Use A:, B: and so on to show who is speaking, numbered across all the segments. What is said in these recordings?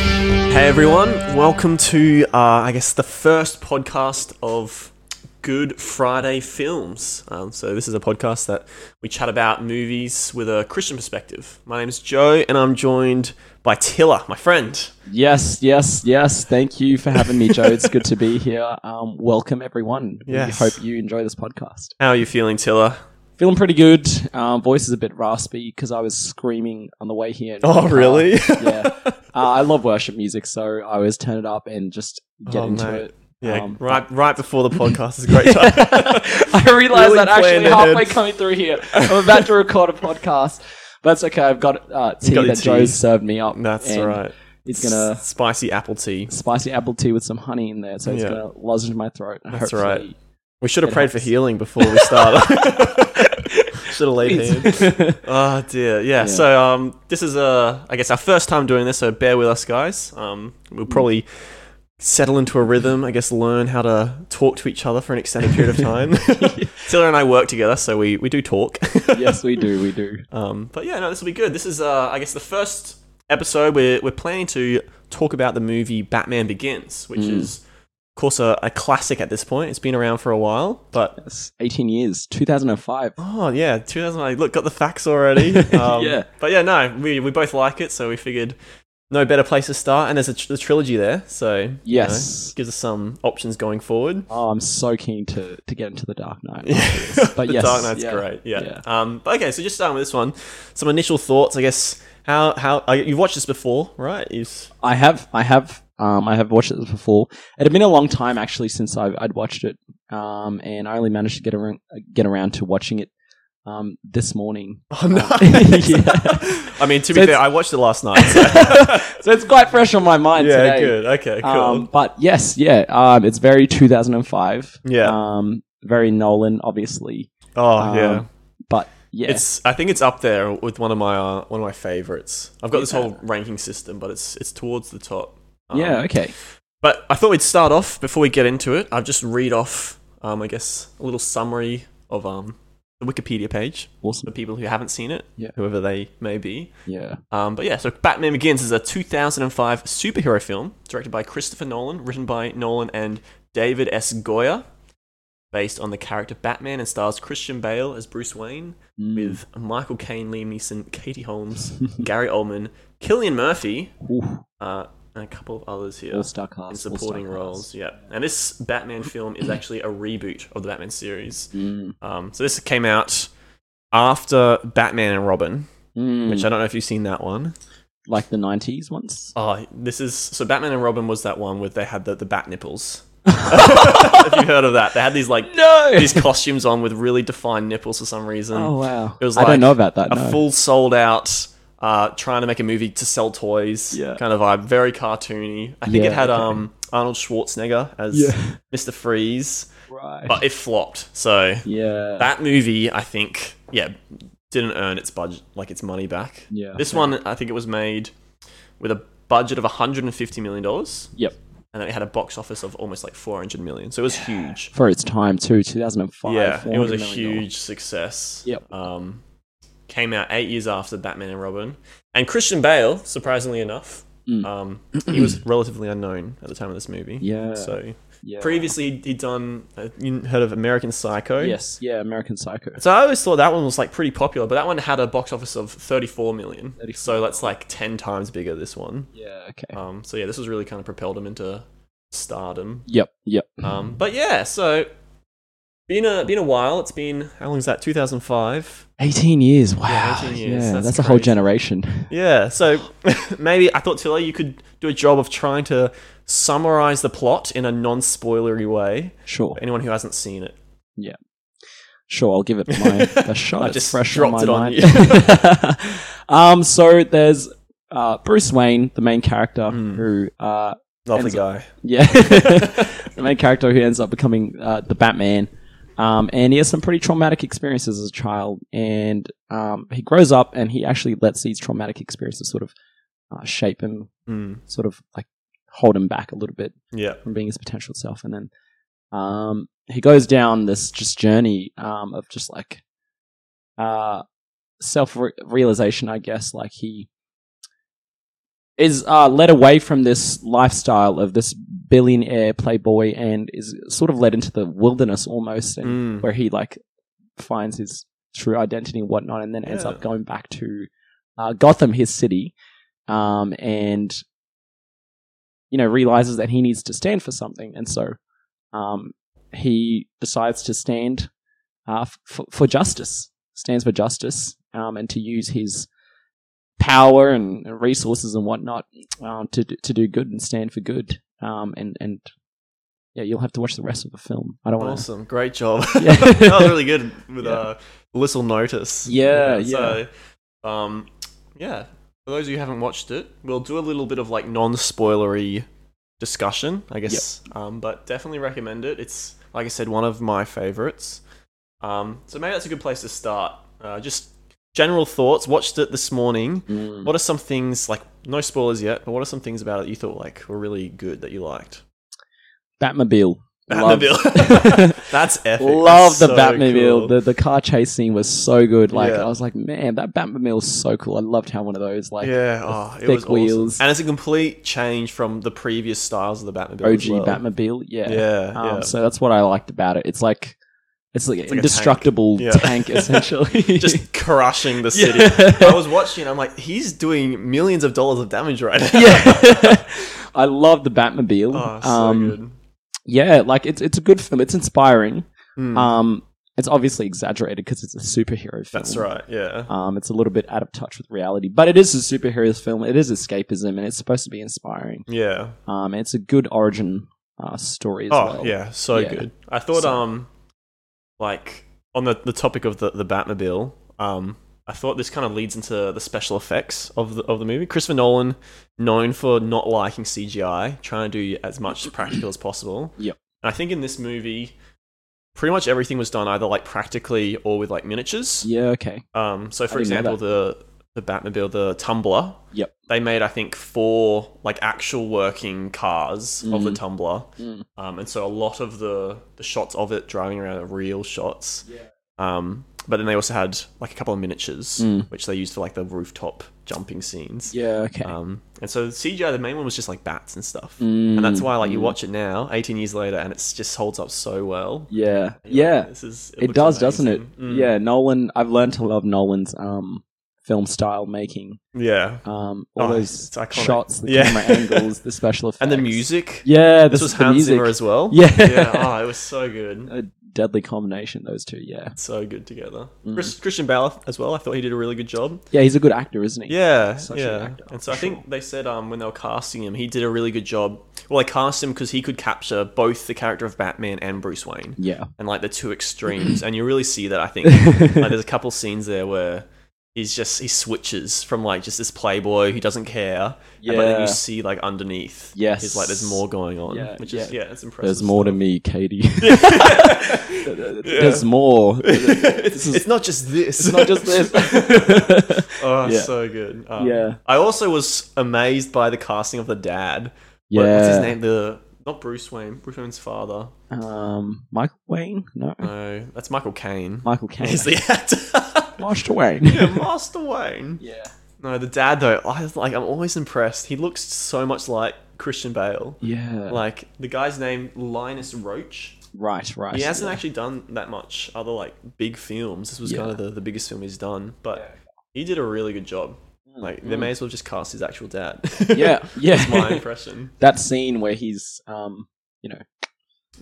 A: G'day, everyone. Welcome to, uh, I guess, the first podcast of Good Friday Films. Um, so, this is a podcast that we chat about movies with a Christian perspective. My name is Joe, and I'm joined by Tiller, my friend.
B: Yes, yes, yes. Thank you for having me, Joe. It's good to be here. Um, welcome, everyone.
A: Yes.
B: We hope you enjoy this podcast.
A: How are you feeling, Tiller?
B: Feeling pretty good. Um, voice is a bit raspy because I was screaming on the way here. in my
A: Oh,
B: car.
A: really?
B: yeah. Uh, I love worship music, so I always turn it up and just get
A: Oh,
B: into
A: mate.
B: it.
A: Yeah,
B: Um,
A: right, right before the podcast is a great time.
B: I realized
A: Really
B: that actually
A: planned ahead.
B: halfway coming through here. I'm about to record a podcast, but it's okay. I've got uh, tea
A: got your
B: that
A: tea.
B: Joe's served me up.
A: That's
B: and
A: right.
B: It's gonna
A: spicy apple tea.
B: spicy apple tea with some honey in there, so it's
A: Yeah.
B: gonna lozenge my throat.
A: That's
B: hopefully.
A: right. We should have prayed for healing before we started. should have laid hands. Oh dear, yeah. So um, this is uh, I guess our first time doing this, so bear with us, guys. Um, we'll probably settle into a rhythm. I guess learn how to talk to each other for an extended period of time. Tiller and I work together, so we we do talk.
B: yes, we do. We do.
A: Um, but yeah, no, this will be good. This is uh, I guess the first episode we're we're planning to talk about the movie Batman Begins, which is. Of course, a, a classic at this point. It's been around for a while, but
B: Yes, 18 years, 2005.
A: Oh yeah, 2008. Look, got the facts already. Um,
B: Yeah.
A: but yeah, no, we we both like it, so we figured no better place to start. And there's a, tr- the trilogy there, so you know,
B: Yes.
A: gives us some options going forward.
B: Oh, I'm so keen to, to get into the Dark Knight.
A: but
B: But
A: the
B: yes,
A: Dark Knight's
B: yeah,
A: great. Yeah. Um. But okay, so just starting with this one, some initial thoughts, I guess. How how uh, you've watched this before, right? Is
B: I have, I have, um, I have watched it before. It had been a long time actually since I, I'd watched it, um, and I only managed to get around, get around to watching it um, this morning.
A: oh no.
B: Yeah.
A: I mean, to
B: So
A: be fair,
B: it's-
A: I watched it last night. So.
B: So it's quite fresh on my mind
A: yeah.
B: today.
A: Good. Okay. Cool.
B: Um, but yes, yeah, um, it's very 2005.
A: Yeah.
B: Um, very Nolan, obviously.
A: oh
B: Um,
A: yeah.
B: But yeah,
A: It's I think it's up there with one of my uh, one of my favorites. I've got this
B: Yeah.
A: whole ranking system, but it's it's towards the top. Um,
B: yeah, okay.
A: But I thought we'd start off before we get into it. I'll just read off, um, I guess, a little summary of um the Wikipedia page
B: Awesome.
A: for people who haven't seen it,
B: Yeah.
A: whoever they may be.
B: Yeah.
A: Um, but yeah, so Batman Begins is a 2005 superhero film directed by Christopher Nolan, written by Nolan and David S. Goyer, based on the character Batman, and stars Christian Bale as Bruce Wayne,
B: Hmm.
A: with Michael Caine, Liam Neeson, Katie Holmes, Gary Oldman, Killian Murphy,
B: Ooh,
A: uh, and a couple of others here
B: all star cast.
A: in
B: all-star
A: supporting
B: cast.
A: roles. Yeah, and this Batman film is actually a reboot of the Batman series.
B: Mm.
A: Um, so this came out after Batman and Robin,
B: Mm.
A: which I don't know if you've seen that one.
B: like the 90s ones.
A: Oh, this is so Batman and Robin was that one where they had the, the bat nipples. Have you heard of that? They had these like
B: No!
A: these costumes on with really defined nipples for some reason.
B: Oh, wow.
A: It was
B: I
A: like
B: don't know about that.
A: a
B: no.
A: full sold out uh, trying to make a movie to sell toys
B: Yeah.
A: kind of vibe very cartoony i think it
B: Yeah,
A: had
B: okay.
A: um, arnold schwarzenegger as
B: Yeah.
A: mr freeze
B: right.
A: but it flopped so
B: yeah.
A: that movie i think yeah didn't earn its budget like its money back
B: Yeah.
A: this one i think it was made with a budget of 150 million dollars
B: Yep.
A: and then it had a box office of almost like 400 million so it was huge
B: For its time, too. 2005.
A: yeah, it was a
B: $400 million.
A: huge success.
B: Yep.
A: Um, came out eight years after Batman and Robin, and Christian Bale, surprisingly enough,
B: Mm.
A: um, he was relatively unknown at the time of this movie.
B: Yeah.
A: So
B: Yeah.
A: previously he'd- he'd done uh, you heard of American Psycho.
B: Yes. Yeah, American Psycho.
A: So I always thought that one was like pretty popular, but that one had a box office of 34 million.
B: 34.
A: So that's like 10 times bigger this one.
B: Yeah, okay.
A: Um, so yeah, this was really kind of propelled him into stardom.
B: Yep. Yep.
A: Um, but yeah, so been a been a while. It's been how long is that? 2005.
B: 18 years. Wow. Yeah,
A: 18 years, that's
B: that's, a whole
A: crazy.
B: generation.
A: Yeah. So maybe I thought Tiller, you could do a job of trying to summarize the plot in a non-spoilery way.
B: Sure.
A: For anyone who hasn't seen it,
B: Sure, I'll give it my best shot.
A: I
B: It's
A: just
B: fresh
A: dropped
B: on my
A: it
B: mind. um, so there's uh, Bruce Wayne, the main character,
A: Hmm.
B: who uh,
A: lovely
B: Ends
A: guy.
B: yeah, the main character who ends up becoming uh, the Batman. Um, and he has some pretty traumatic experiences as a child, and um, he grows up and he actually lets these traumatic experiences sort of uh, shape him,
A: Mm,
B: sort of like hold him back a little bit
A: yeah.
B: from being his potential self. And then um, he goes down this just journey um, of just like uh, self realization, I guess. Like he is uh, led away from this lifestyle of this billionaire playboy and is sort of led into the wilderness almost, and
A: Mm.
B: where he like finds his true identity and whatnot, and then ends
A: Yeah.
B: up going back to uh, Gotham, his city, um, and you know realizes that he needs to stand for something, and so um, he decides to stand uh, f- f- for justice, stands for justice, um, and to use his power and and resources and whatnot um, to do- to do good and stand for good. Um, and and yeah, you'll have to watch the rest of the film. I don't want to.
A: Awesome, great job.
B: Yeah.
A: that was really good with
B: Yeah.
A: uh, little notice.
B: Yeah,
A: So, um, yeah. For those of you who haven't watched it, we'll do a little bit of like non-spoilery discussion, I guess. Um, but definitely recommend it. It's like I said, one of my favorites. Um, so maybe that's a good place to start. Uh, just general thoughts. Watched it this morning.
B: Hmm.
A: What are some things like no spoilers yet? But what are some things about it you thought like were really good that you liked?
B: Batmobile. Love-
A: Batmobile. That's epic.
B: Love
A: That's
B: the
A: so
B: Batmobile.
A: cool.
B: The the car chase scene was so good. Like
A: Yeah.
B: I was like, man, that Batmobile is so cool. I loved how one of those like
A: yeah, oh, it
B: thick
A: was awesome.
B: wheels.
A: and it's a complete change from the previous styles of the Batmobile.
B: OG
A: as well.
B: Batmobile.
A: Yeah,
B: Yeah.
A: yeah,
B: Um, So that's what I liked about it. It's like it's like
A: It's like a
B: an indestructible
A: tank. Yeah.
B: tank, essentially.
A: just crushing the city. I
B: yeah.
A: was watching. I'm like, he's doing millions of dollars of damage right now.
B: yeah. I love the Batmobile.
A: oh, so
B: um,
A: good.
B: Yeah, like it's it's a good film. It's inspiring.
A: Mm,
B: Um, it's obviously exaggerated because it's a superhero film.
A: that's right. Yeah,
B: Um, it's a little bit out of touch with reality, but it is a superheroes film. It is escapism, and it's supposed to be inspiring.
A: yeah.
B: Um, and it's a good origin uh, story as
A: Oh,
B: well.
A: yeah, so
B: Yeah.
A: good. I thought,
B: So-
A: um, like on the the topic of the the Batmobile, um, I thought this kind of leads into the special effects of the of the movie. Christopher Nolan, known for not liking CGI, trying to do as much practical as possible.
B: Yep.
A: And I think in this movie, pretty much everything was done either like practically or with like miniatures.
B: Yeah. Okay.
A: Um, so for
B: didn't know
A: example, the the Batmobile, the Tumbler.
B: Yep.
A: They made I think four like actual working cars of the
B: Mhm.
A: Tumbler,
B: Mm.
A: um, and so a lot of the the shots of it driving around are real shots.
B: Yeah.
A: Um, but then they also had like a couple of miniatures,
B: Mm.
A: which they used for like the rooftop jumping scenes.
B: Yeah. Okay.
A: Um, and so the CGI, the main one was just like bats and stuff,
B: Mm,
A: and that's why like you
B: mm.
A: watch it now, 18 years later, and it just holds up so well.
B: Yeah.
A: You're like,
B: Yeah.
A: this is
B: It
A: looks
B: does, doesn't
A: amazing.
B: it?
A: Mm.
B: Yeah. Nolan. I've learned to love Nolan's um film style making.
A: yeah,
B: Um, all
A: Oh,
B: those
A: it's iconic.
B: shots, the
A: Yeah.
B: camera angles, the special effects,
A: and the music.
B: Yeah.
A: This
B: the-
A: was
B: the
A: Hans
B: music.
A: Zimmer as well.
B: Yeah.
A: yeah. Oh, it was so good.
B: a deadly combination. Those two. Yeah.
A: So good together.
B: Mm.
A: Chris, Christian Bale as well. I thought he did a really good job.
B: Yeah. He's a good actor, isn't he?
A: Yeah,
B: Such
A: yeah.
B: an actor,
A: and so
B: for
A: I think they said um, when they were casting him, he did a really good job. Well, they cast him because he could capture both the character of Batman and Bruce Wayne,
B: Yeah.
A: and like the two extremes. and you really see that. I think like,
B: yeah.
A: there's a couple scenes there where he's just he switches from like just this playboy who doesn't care, and, but then you see like underneath,
B: Yes.
A: he's like there's more going on,
B: Yeah,
A: which is yeah, it's impressive.
B: There's more to me, Katie. There's
A: Yeah.
B: more.
A: it's,
B: is-
A: it's not just this.
B: It's not just this.
A: Oh,
B: Yeah.
A: so good. Um,
B: Yeah.
A: I also was amazed by the casting of the dad. What- What's his
B: Yeah.
A: name? The not Bruce Wayne. Bruce Wayne's father.
B: um, Michael Wayne? No.
A: No, that's Michael Caine.
B: Michael Caine.
A: He's the actor.
B: Master Wayne.
A: yeah, Master Wayne.
B: yeah.
A: No, the dad though. I was like, I'm always impressed. He looks so much like Christian Bale.
B: Yeah.
A: Like the guy's name Linus Roach.
B: right, right.
A: He hasn't
B: yeah.
A: actually done that much other like big films. This was
B: Yeah.
A: kind of the, the biggest film he's done, but
B: Yeah.
A: he did a really good job. Like they
B: Mm.
A: may as well just cast his actual dad.
B: Yeah,
A: That's my
B: yeah.
A: impression.
B: that scene where he's, um, you know,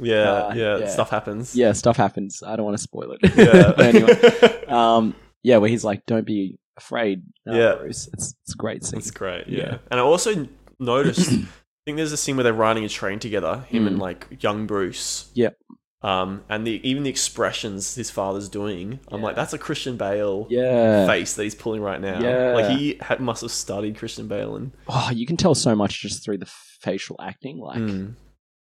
A: Yeah,
B: Uh,
A: yeah,
B: yeah.
A: stuff happens.
B: yeah, stuff happens. I don't want to spoil it.
A: yeah.
B: But anyway, um, yeah, where he's like, "Don't be afraid." uh,
A: Yeah.
B: Bruce. It's it's a great scene.
A: That's great. Yeah.
B: Yeah.
A: and I also noticed. I think there's a scene where they're riding a train together, him and like young Bruce.
B: Mm. Yeah.
A: Um, and the even the expressions his father's doing, I'm like,
B: Yeah.
A: that's a Christian Bale
B: Yeah.
A: face that he's pulling right now.
B: Yeah.
A: Like he ha- must have studied Christian Bale and
B: Oh, you can tell so much just through the facial acting. Like,
A: Mm.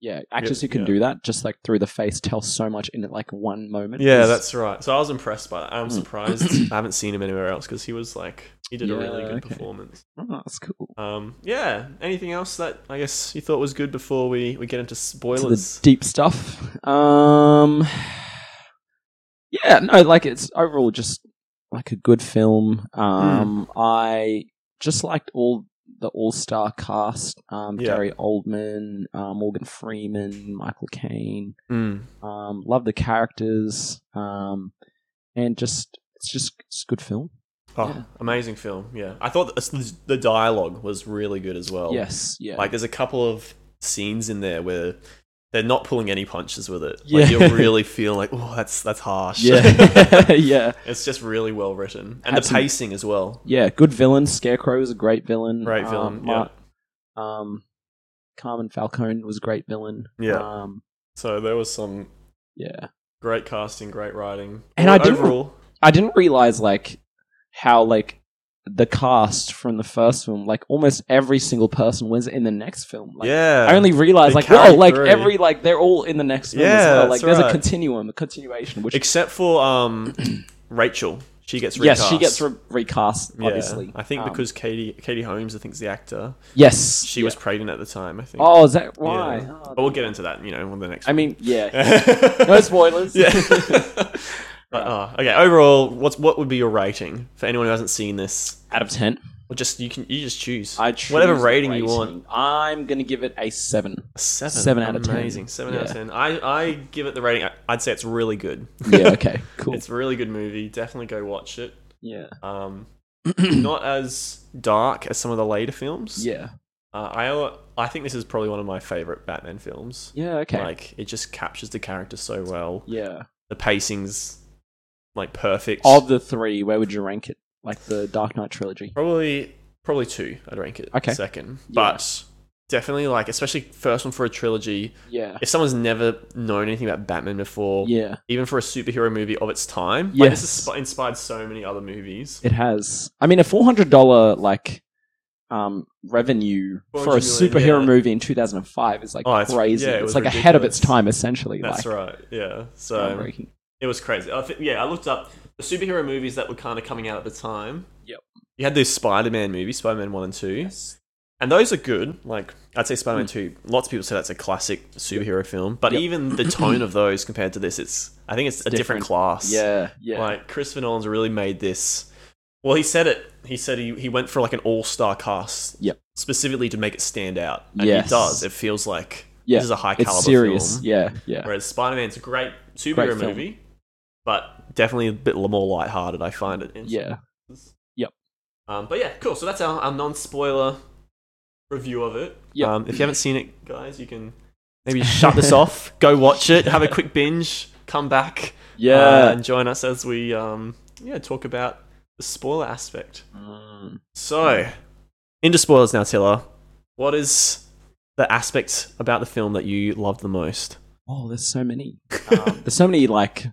B: yeah, actors
A: Yeah,
B: who can
A: yeah.
B: do that just like through the face tell so much in like one moment.
A: yeah,
B: It's-
A: that's right. So I was impressed by that. I'm
B: Mm.
A: surprised I haven't seen him anywhere else because he was like he did a really
B: Yeah,
A: good
B: okay.
A: performance.
B: oh, that's cool.
A: Um, yeah. Anything else that I guess you thought was good before we, we get into
B: To
A: spoilers?
B: the deep stuff. Um, yeah, no, like it's
A: Mm.
B: overall just like a good film. Um, I just liked all the all star cast: um,
A: Yeah.
B: Gary Oldman, uh, Morgan Freeman, Michael Caine.
A: Mm.
B: Um, love the characters, um, and just it's just it's a good film.
A: Oh,
B: Yeah.
A: amazing film. Yeah, I thought the, the dialogue was really good as well.
B: yes, yeah,
A: Like, there's a couple of scenes in there where they're not pulling any punches with it.
B: Yeah.
A: Like, you really feel like, oh, that's that's harsh.
B: yeah, yeah,
A: it's just really well written, and
B: Absolute-
A: the pacing as well.
B: yeah. Good villain. Scarecrow is a great villain.
A: Great
B: Um,
A: film.
B: Ma-
A: yeah.
B: um, Carmen Falcone was a great villain.
A: Yeah.
B: Um,
A: So there was some
B: yeah.
A: great casting, great writing,
B: And I didn't-
A: overall.
B: I didn't realize like how like the cast from the first film, like almost every single person was in the next film. Like,
A: yeah,
B: I only realized
A: They
B: like
A: carry
B: oh, like
A: through.
B: every like they're all in the next film as
A: Yeah,
B: well. Like
A: that's
B: there's a
A: right.
B: continuum, a continuation. Which
A: except for um, Rachel. She gets recast.
B: yes, she gets re- recast.
A: Yeah.
B: Obviously,
A: I think
B: Um,
A: because Katie Katie Holmes, I think, is the actor.
B: yes,
A: She
B: yeah.
A: was pregnant at the time. I think.
B: Oh, is that why?
A: Yeah.
B: Oh,
A: But we'll get into that, you know, on the next.
B: I mean, yeah.
A: one.
B: No spoilers.
A: yeah. But, uh, okay. Overall, what's what would be your rating for anyone who hasn't seen this?
B: Out of ten,
A: Or just you can you just choose.
B: I choose
A: whatever
B: the
A: rating, you want.
B: I'm gonna give it a seven.
A: Seven.
B: Seven out of ten.
A: Amazing. Seven out of
B: Yeah.
A: ten. I I give it the rating. I- I'd say it's really good.
B: Yeah. Okay. Cool.
A: It's a really good movie. Definitely go watch it.
B: yeah.
A: Um, not as dark as some of the later films.
B: Yeah.
A: Uh, I I think this is probably one of my favorite Batman films.
B: Yeah. Okay.
A: Like it just captures the character so well.
B: yeah.
A: The pacing's like perfect.
B: Of the three, where would you rank it? Like the Dark Knight trilogy.
A: Probably, probably two. I'd rank it
B: Okay.
A: second,
B: Yeah.
A: but definitely like, especially first one for a trilogy.
B: Yeah.
A: If someone's never known anything about Batman before,
B: Yeah.
A: even for a superhero movie of its time, like, this has
B: Yes.
A: sp- inspired so many other movies.
B: It has. I mean, a four hundred dollar like um revenue for a
A: $400
B: superhero
A: million, yeah.
B: movie in two thousand and five is like
A: Oh, it's-
B: crazy.
A: yeah, it
B: it's
A: was
B: like ahead of its
A: ridiculous.
B: time, essentially.
A: That's
B: like,
A: right. Yeah. So
B: groundbreaking.
A: it was crazy. I think yeah, I looked up the superhero movies that were kind of coming out at the time.
B: Yep.
A: You had those Spider-Man movies, Spider-Man one and two,
B: Yes. Hmm.
A: and those are good. Like I'd say Spider-Man two. Lots of people say that's a classic superhero film, but
B: Yep.
A: even the tone of those compared to this, it's I think it's, a different,
B: different.
A: class.
B: Yeah. Yeah.
A: Like Christopher Nolan's really made this. Well, he said it. He said he, he went for like an all star cast.
B: Yep.
A: Specifically to make it stand out, and
B: Yes.
A: it does. It feels like
B: Yeah,
A: this is a high caliber
B: it's serious.
A: film.
B: Yeah. Yeah.
A: Whereas Spider Man's a great
B: Great
A: superhero
B: film.
A: movie, but definitely a bit more lighthearted. I find it.
B: Yeah.
A: Um, but yeah, cool. So that's our, our non spoiler review of it.
B: Yep.
A: Um, if you haven't seen it, guys, you can maybe shut this off, go watch it, have a quick binge, come back,
B: Yeah.
A: uh, and join us as we um, yeah talk about the spoiler aspect.
B: Mm.
A: So, into spoilers now, Tiller. What is the aspect about the film that you loved the most?
B: Oh, there's so many. Um, there's so many like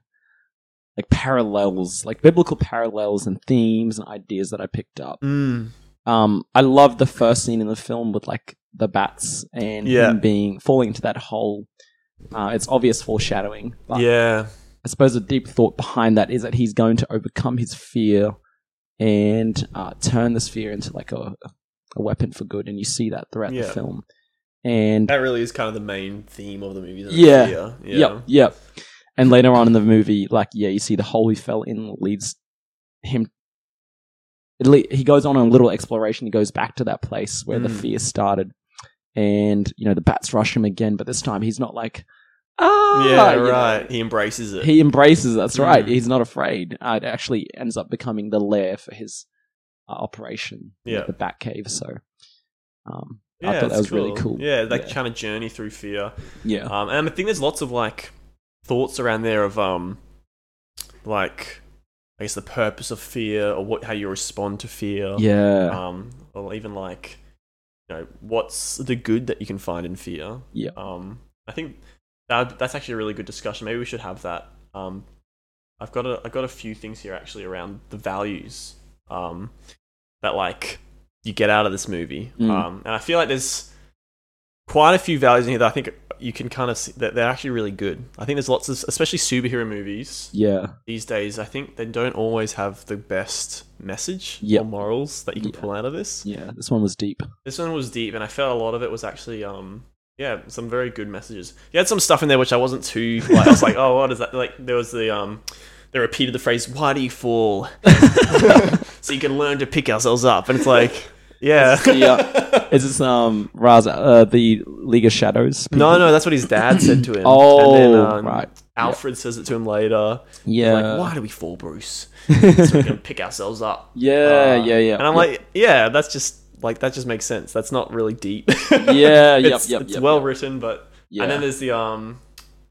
B: like parallels, like biblical parallels and themes and ideas that I picked up.
A: Mm.
B: Um, I love the first scene in the film with like the bats and
A: Yeah.
B: him being falling into that hole. Uh, it's obvious foreshadowing. But
A: Yeah.
B: I suppose the deep thought behind that is that he's going to overcome his fear and uh, turn this fear into like a, a weapon for good. And you see that throughout
A: Yeah.
B: the film. And
A: That really is kind of the main theme of the movie. isn't it?
B: Yeah.
A: Yeah.
B: Yep, yep. And later on in the movie, like yeah, you see the hole he fell in leads him. It le- he goes on a little exploration. He goes back to that place where the
A: Mm.
B: fear started, and you know the bats rush him again. But this time he's not like ah,
A: Yeah,
B: you know.
A: right. He embraces it.
B: He embraces. it, That's right.
A: Mm.
B: He's not afraid. Uh, it actually ends up becoming the lair for his uh, operation.
A: Yeah.
B: the bat cave. So, um,
A: yeah,
B: I thought that
A: it's
B: was really cool.
A: Yeah, that
B: Yeah.
A: kind of journey through fear.
B: yeah,
A: Um, and I think there's lots of like thoughts around there of um, like I guess the purpose of fear or what how you respond to fear.
B: yeah,
A: Um, or even like you know what's the good that you can find in fear.
B: Yeah.
A: Um, I think that that's actually a really good discussion. Maybe we should have that. Um, I've got a I've got a few things here actually around the values. Um, that like you get out of this movie.
B: Mm.
A: Um, and I feel like there's quite a few values in here that I think you can kind of see that they're actually really good. I think there's lots of especially superhero movies
B: yeah,
A: these days. I think they don't always have the best message
B: Yep.
A: or morals that you can
B: Yeah.
A: pull out of this.
B: yeah. This one was deep.
A: This one was deep, and I felt a lot of it was actually um. Yeah, some very good messages. You had some stuff in there which I wasn't too like. I was like, oh, what is that? Like, there was the um, they repeated the phrase "Why do you fall?" so you can learn to pick ourselves up, and it's like, Yeah.
B: The, uh, is this um Raz uh, the League of Shadows? people?
A: No, no, that's what his dad said to him.
B: Oh,
A: and then, um,
B: right.
A: Alfred says it to him later.
B: Yeah.
A: Like, why do we fall, Bruce? so we can pick ourselves up.
B: Yeah, yeah, yeah.
A: Uh, And I'm
B: Yeah.
A: like, yeah, that's just like that just makes sense. That's not really deep.
B: Yeah, yep,
A: it's,
B: yep,
A: It's
B: yep,
A: well
B: yep.
A: written, but
B: Yeah.
A: and then there's the um,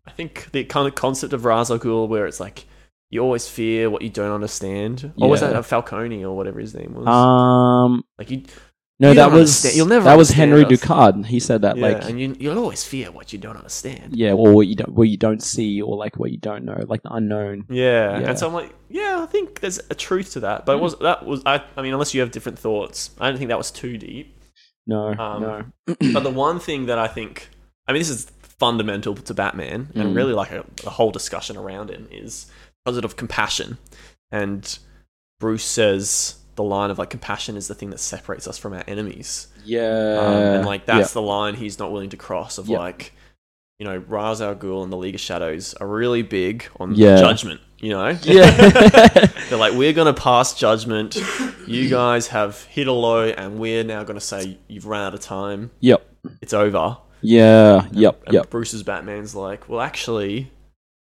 A: I think the kind of concept of Razagul where it's like you always fear what you don't understand. Or was
B: Yeah.
A: that Falcone or whatever his name was?
B: Um,
A: like you,
B: no,
A: You
B: that
A: don't
B: was
A: understand- you'll never
B: that was
A: understand
B: Henry
A: us.
B: Ducard. He said that
A: yeah,
B: like
A: and you, you'll always fear what you don't understand.
B: yeah, or what you don't what you don't see, or like what you don't know, like the unknown.
A: Yeah.
B: Yeah. Mm.
A: and so I'm like, yeah, I think there's a truth to that, but it was that was I, I mean, unless you have different thoughts, I don't think that was too deep.
B: No,
A: Um,
B: no,
A: but the one thing that I think, I mean, this is fundamental to Batman and
B: Mm.
A: really like a, a whole discussion around him is positive compassion. And Bruce says the line of like compassion is the thing that separates us from our enemies.
B: yeah,
A: Um, and like that's
B: Uh,
A: the
B: yeah.
A: line he's not willing to cross of
B: Yeah.
A: like, you know, Ra's al Ghul and the League of Shadows are really big on
B: Yeah.
A: judgment, you know?
B: yeah.
A: They're like, we're going to pass judgment. You guys have hit a low, and we're now going to say you've run out of time.
B: yep,
A: It's over.
B: yeah, yep,
A: And
B: yep,
A: Bruce's Batman's like, well, actually,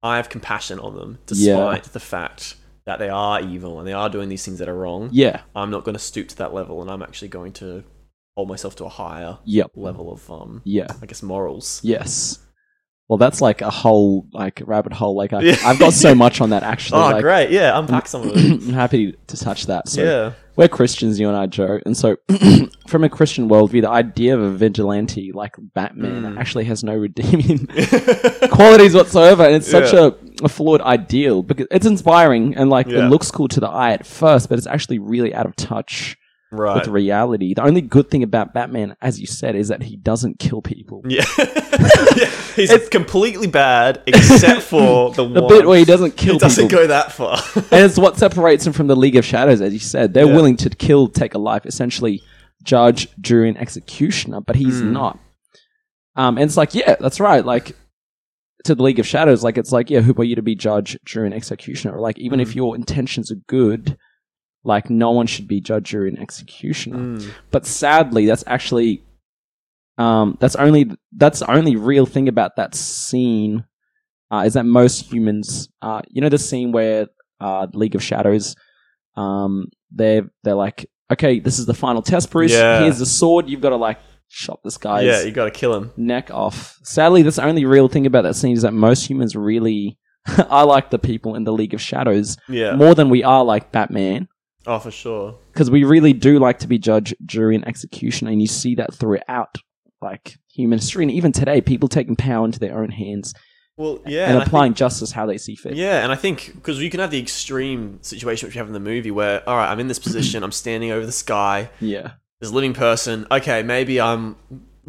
A: I have compassion on them, despite the fact that they are evil and they are doing these things that are wrong.
B: yeah,
A: I'm not going to stoop to that level, and I'm actually going to hold myself to a higher
B: yep,
A: level of, um,
B: yeah,
A: I guess, morals.
B: yes. Well, that's like a whole like rabbit hole. Like I,
A: Yeah.
B: I've got so much on that actually.
A: Oh,
B: like,
A: great! Yeah, unpack some of it.
B: I'm happy to touch that. So
A: yeah,
B: we're Christians, you and I, Joe. And so, from a Christian worldview, the idea of a vigilante like Batman
A: Mm.
B: actually has no redeeming qualities whatsoever. And it's such
A: Yeah.
B: a, a flawed ideal because it's inspiring and like
A: Yeah.
B: it looks cool to the eye at first, but it's actually really out of touch
A: right.
B: with reality. The only good thing about Batman, as you said, is that he doesn't kill people.
A: Yeah. Yeah, he's completely bad except for the,
B: The
A: one.
B: bit where he doesn't kill
A: He doesn't
B: people.
A: go that far.
B: and it's what separates him from the League of Shadows, as you said. They're
A: Yeah.
B: willing to kill, take a life, essentially judge, jury, and executioner, but he's
A: Mm.
B: not. Um, and it's like, yeah, that's right. Like to the League of Shadows, like it's like, yeah, who are you to be judge, jury, and executioner? Or like even if your intentions are good, like no one should be judge, jury, and executioner.
A: Mm.
B: But sadly, that's actually um, that's only that's the only real thing about that scene uh, is that most humans, uh, you know, the scene where uh, League of Shadows, um, they they're like, okay, this is the final test, Bruce.
A: Yeah.
B: Here's the sword. You've got to like chop this guy's
A: Yeah, you got to kill him.
B: neck off. Sadly, that's the only real thing about that scene is that most humans really are like the people in the League of Shadows
A: Yeah.
B: more than we are like Batman
A: Oh, for sure.
B: because we really do like to be judge, jury, and execution, and you see that throughout like human history, and even today, people taking power into their own hands
A: Well, yeah,
B: and
A: and I
B: applying justice how they see fit.
A: think- yeah, and I think because you can have the extreme situation which you have in the movie where, all right, I'm in this position, I'm standing over the sky,
B: yeah,
A: there's a living person. Okay, maybe I'm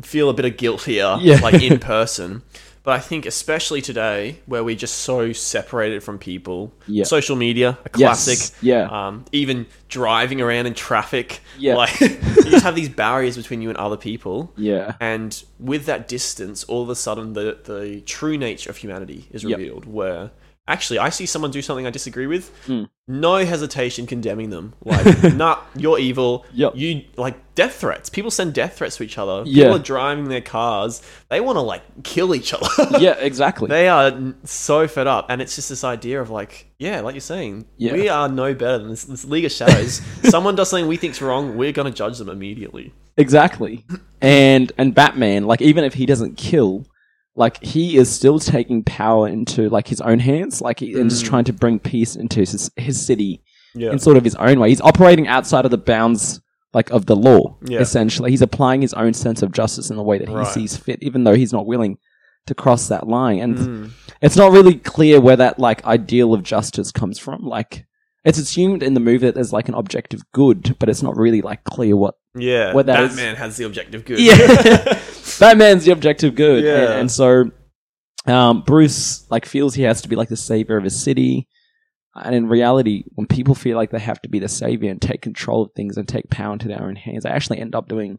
A: feel a bit of guilt here,
B: Yeah.
A: like in person. But I think especially today, where we're just so separated from people,
B: Yeah.
A: social media, a
B: Yes,
A: classic,
B: yeah.
A: um, even driving around in traffic,
B: Yeah.
A: like you just have these barriers between you and other people.
B: yeah,
A: And with that distance, all of a sudden, the, the true nature of humanity is
B: Yep.
A: revealed. Where actually, I see someone do something I disagree with,
B: Hmm.
A: no hesitation condemning them. Like, nah, you're evil.
B: Yep.
A: You like death threats. People send death threats to each other.
B: Yeah.
A: People are driving their cars. They want to like kill each other.
B: yeah, exactly.
A: They are n- so fed up, and it's just this idea of like, yeah, like you're saying,
B: Yeah.
A: we are no better than this, this League of Shadows. Someone does something we think's wrong, we're gonna judge them immediately.
B: Exactly. And and Batman, like even if he doesn't kill, like he is still taking power into like his own hands, like he, and just trying to bring peace into his his city
A: Mm. Yeah.
B: in sort of his own way. He's operating outside of the bounds like of the law.
A: Yeah.
B: Essentially, he's applying his own sense of justice in the way that he
A: Right.
B: sees fit, even though he's not willing to cross that line. And
A: Mm. Hmm.
B: it's not really clear where that like ideal of justice comes from. Like it's assumed in the movie that there's like an objective good, but it's not really like clear what
A: Yeah,
B: What that is-
A: Batman has the objective good.
B: yeah. Batman's the objective good.
A: Yeah.
B: And, and so um, Bruce like feels he has to be like the savior of his city. And in reality, when people feel like they have to be the savior and take control of things and take power into their own hands, they actually end up doing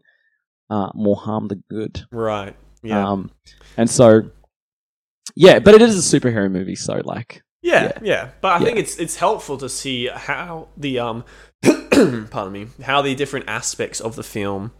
B: uh, more harm than good.
A: right. Yeah.
B: Um, and so, yeah, but it is a superhero movie, so like,
A: Yeah, yeah, but I
B: Yeah.
A: think it's it's helpful to see how the um pardon me, how the different aspects of the film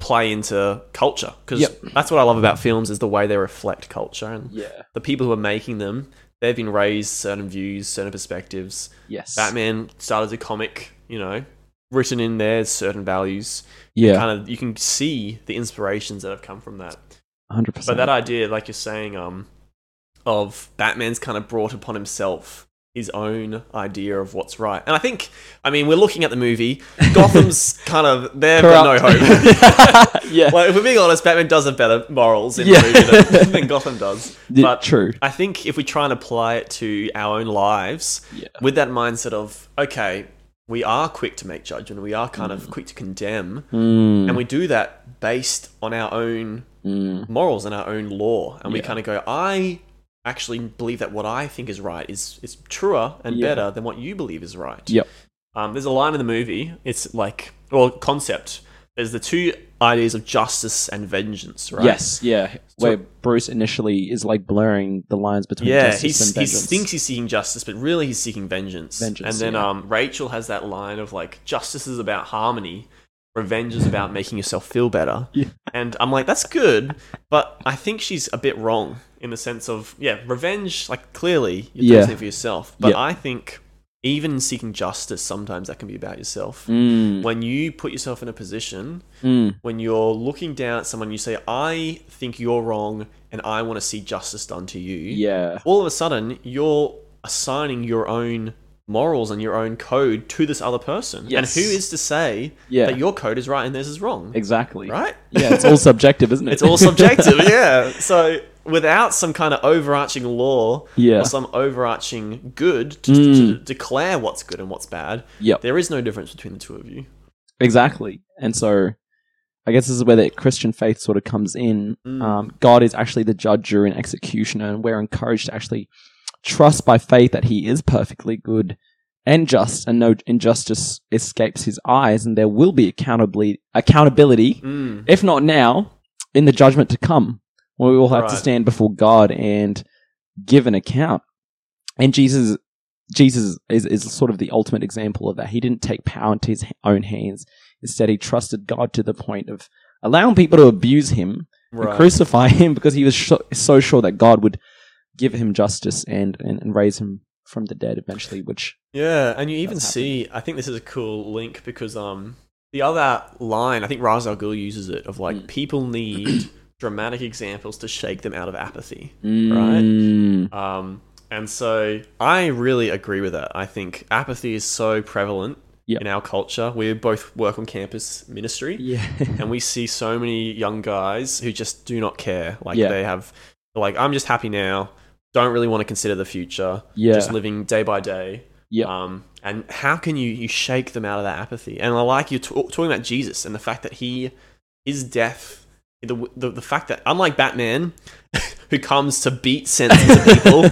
A: play into culture because
B: Yep.
A: that's what I love about films is the way they reflect culture and
B: Yeah.
A: the people who are making them they've been raised certain views, certain perspectives.
B: Yes.
A: Batman started as a comic, you know, written in there certain values.
B: Yeah.
A: Kind of you can see the inspirations that have come from that.
B: Hundred percent.
A: But that idea, like you're saying, um, of Batman's kind of brought upon himself his own idea of what's right. And I think, I mean, we're looking at the movie. Gotham's kind of there, but no hope.
B: hope. yeah.
A: well, if we're being honest, Batman does have better morals in
B: Yeah.
A: the movie than, than Gotham does.
B: Yeah,
A: But
B: true.
A: I think if we try and apply it to our own lives
B: Yeah.
A: with that mindset of, okay, we are quick to make judgment, we are kind of quick to condemn,
B: Mm,
A: and we do that based on our own
B: mm,
A: morals and our own law, and we
B: Yeah.
A: kind of go, I actually believe that what I think is right is is truer and
B: Yeah.
A: better than what you believe is right.
B: Yep.
A: Um, there's a line in the movie. It's like, well, concept. There's the two ideas of justice and vengeance, right?
B: Yes. Yeah. Where Bruce initially is like blurring the lines between
A: Yeah,
B: justice
A: he's,
B: and
A: he
B: vengeance.
A: thinks he's seeking justice, but really he's seeking vengeance.
B: Vengeance,
A: and then
B: yeah.
A: um, Rachel has that line of like, justice is about harmony, revenge is about making yourself feel better.
B: Yeah.
A: And I'm like, that's good, but I think she's a bit wrong in the sense of, yeah, revenge, like clearly you're doing
B: Yeah.
A: something for yourself. But
B: Yeah.
A: I think even seeking justice, sometimes that can be about yourself.
B: Mm,
A: When you put yourself in a position
B: mm,
A: when you're looking down at someone, you say, I think you're wrong and I want to see justice done to you.
B: yeah.
A: All of a sudden, you're assigning your own morals and your own code to this other person.
B: Yes.
A: And who is to say
B: Yeah.
A: that your code is right and theirs is wrong?
B: Exactly.
A: Right?
B: Yeah. It's all subjective, isn't it?
A: It's all subjective, yeah. So without some kind of overarching law
B: Yeah. Mm.
A: or some overarching good to, to declare what's good and what's bad,
B: Yep.
A: there is no difference between the two of you.
B: Exactly. And so I guess this is where the Christian faith sort of comes in.
A: Mm.
B: Um, God is actually the judge, jury, and executioner, and we're encouraged to actually trust by faith that he is perfectly good and just, and no injustice escapes his eyes, and there will be accountably, accountability,
A: Mm.
B: if not now, in the judgment to come, when we will have to
A: Right.
B: stand before God and give an account. And Jesus Jesus is, is sort of the ultimate example of that. He didn't take power into his own hands. Instead, he trusted God to the point of allowing people to abuse him and
A: Right.
B: crucify him because he was sh- so sure that God would give him justice and, and, and raise him from the dead eventually, which,
A: Yeah, and you even
B: That's
A: see. I think this is a cool link because um, the other line I think Ra's al Ghul uses it of like people need dramatic examples to shake them out of apathy.
B: right?
A: Um, and so I really agree with that. I think apathy is so prevalent
B: Yeah.
A: in our culture. We both work on campus ministry,
B: Yeah.
A: and we see so many young guys who just do not care. Like
B: Yeah.
A: they have, like I'm just happy now. Don't really want to consider the future
B: yeah.
A: just living day by day.
B: Yep.
A: Um, and how can you you shake them out of that apathy? And I like you t- talking about Jesus and the fact that he, his death, the the, the fact that unlike Batman, who comes to beat sense into people,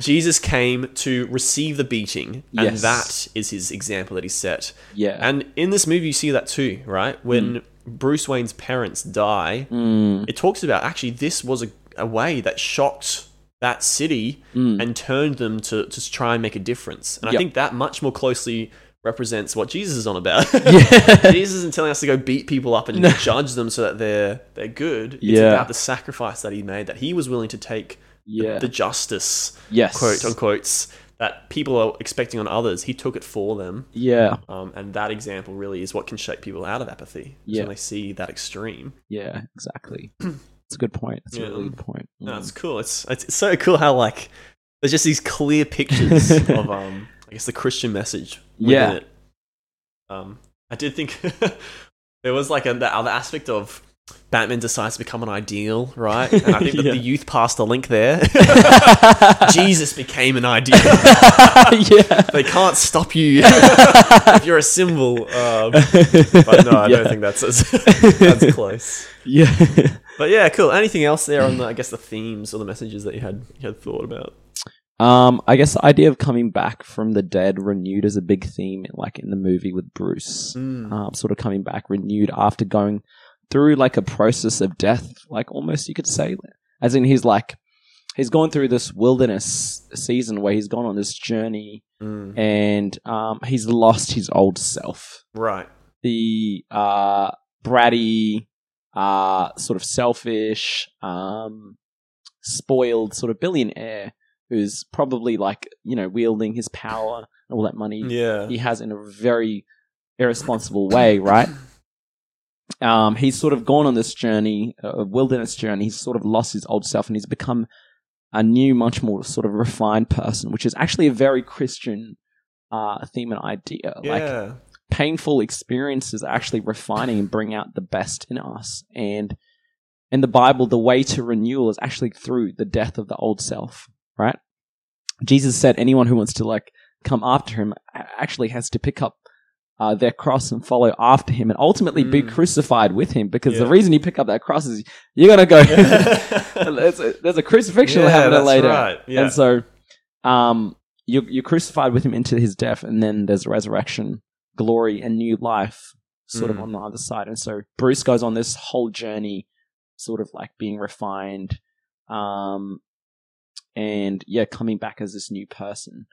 A: Jesus came to receive the beating, and
B: Yes.
A: that is his example that he set.
B: yeah.
A: And in this movie, you see that too, right? When Bruce Wayne's parents die,
B: Mm,
A: it talks about actually this was a, a way that shocked that city and turned them to, to try and make a difference. And I
B: Mm. Yep.
A: think that much more closely represents what Jesus is on about.
B: Yeah.
A: Jesus isn't telling us to go beat people up and judge them so that they're they're good. It's
B: Yeah.
A: about the sacrifice that he made, that he was willing to take
B: yeah.
A: the justice,
B: yes.
A: quote unquotes, that people are expecting on others. He took it for them.
B: Yeah,
A: Um, and that example really is what can shake people out of apathy. is
B: Yeah.
A: When they see that extreme.
B: yeah, exactly. That's a good point. That's
A: Yeah.
B: a really good point.
A: No,
B: Mm.
A: it's cool. It's, it's it's so cool how like there's just these clear pictures of um I guess the Christian message within
B: Yeah.
A: it. Um, I did think there was like a, the other aspect of Batman decides to become an ideal, right? And I think that
B: Yeah.
A: the youth passed a link there. Jesus became an ideal.
B: yeah.
A: They can't stop you if you're a symbol. Um, but no, I
B: yeah.
A: don't think that's as, that's close.
B: Yeah.
A: But yeah, cool. Anything else there on the, I guess the themes or the messages that you had you had thought about?
B: Um, I guess the idea of coming back from the dead renewed is a big theme, like in the movie with Bruce.
A: Mm.
B: Um, sort of coming back renewed after going through like a process of death, like almost you could say, as in he's like he's gone through this wilderness season where he's gone on this journey
A: Mm.
B: and um, he's lost his old self.
A: Right.
B: The uh, bratty, uh, sort of selfish, um, spoiled sort of billionaire who's probably like, you know, wielding his power and all that money
A: Yeah.
B: he has in a very irresponsible way, right? Um, he's sort of gone on this journey, a wilderness journey. He's sort of lost his old self and he's become a new, much more sort of refined person, which is actually a very Christian uh, theme and idea. Like
A: yeah.
B: painful experiences are actually refining and bring out the best in us. And in the Bible, the way to renewal is actually through the death of the old self, right? Jesus said anyone who wants to like come after him a- actually has to pick up uh, their cross and follow after him and ultimately be
A: Mm.
B: crucified with him because the
A: Yeah.
B: reason you pick up that cross is you're going to go. there's, a, there's a crucifixion
A: Yeah,
B: happening
A: that's
B: later.
A: Right. Yeah.
B: And so, um, you're, you're crucified with him into his death, and then there's resurrection, glory, and new life sort of
A: Mm.
B: on the other side. And so, Bruce goes on this whole journey, sort of like being refined, um, and yeah, coming back as this new person.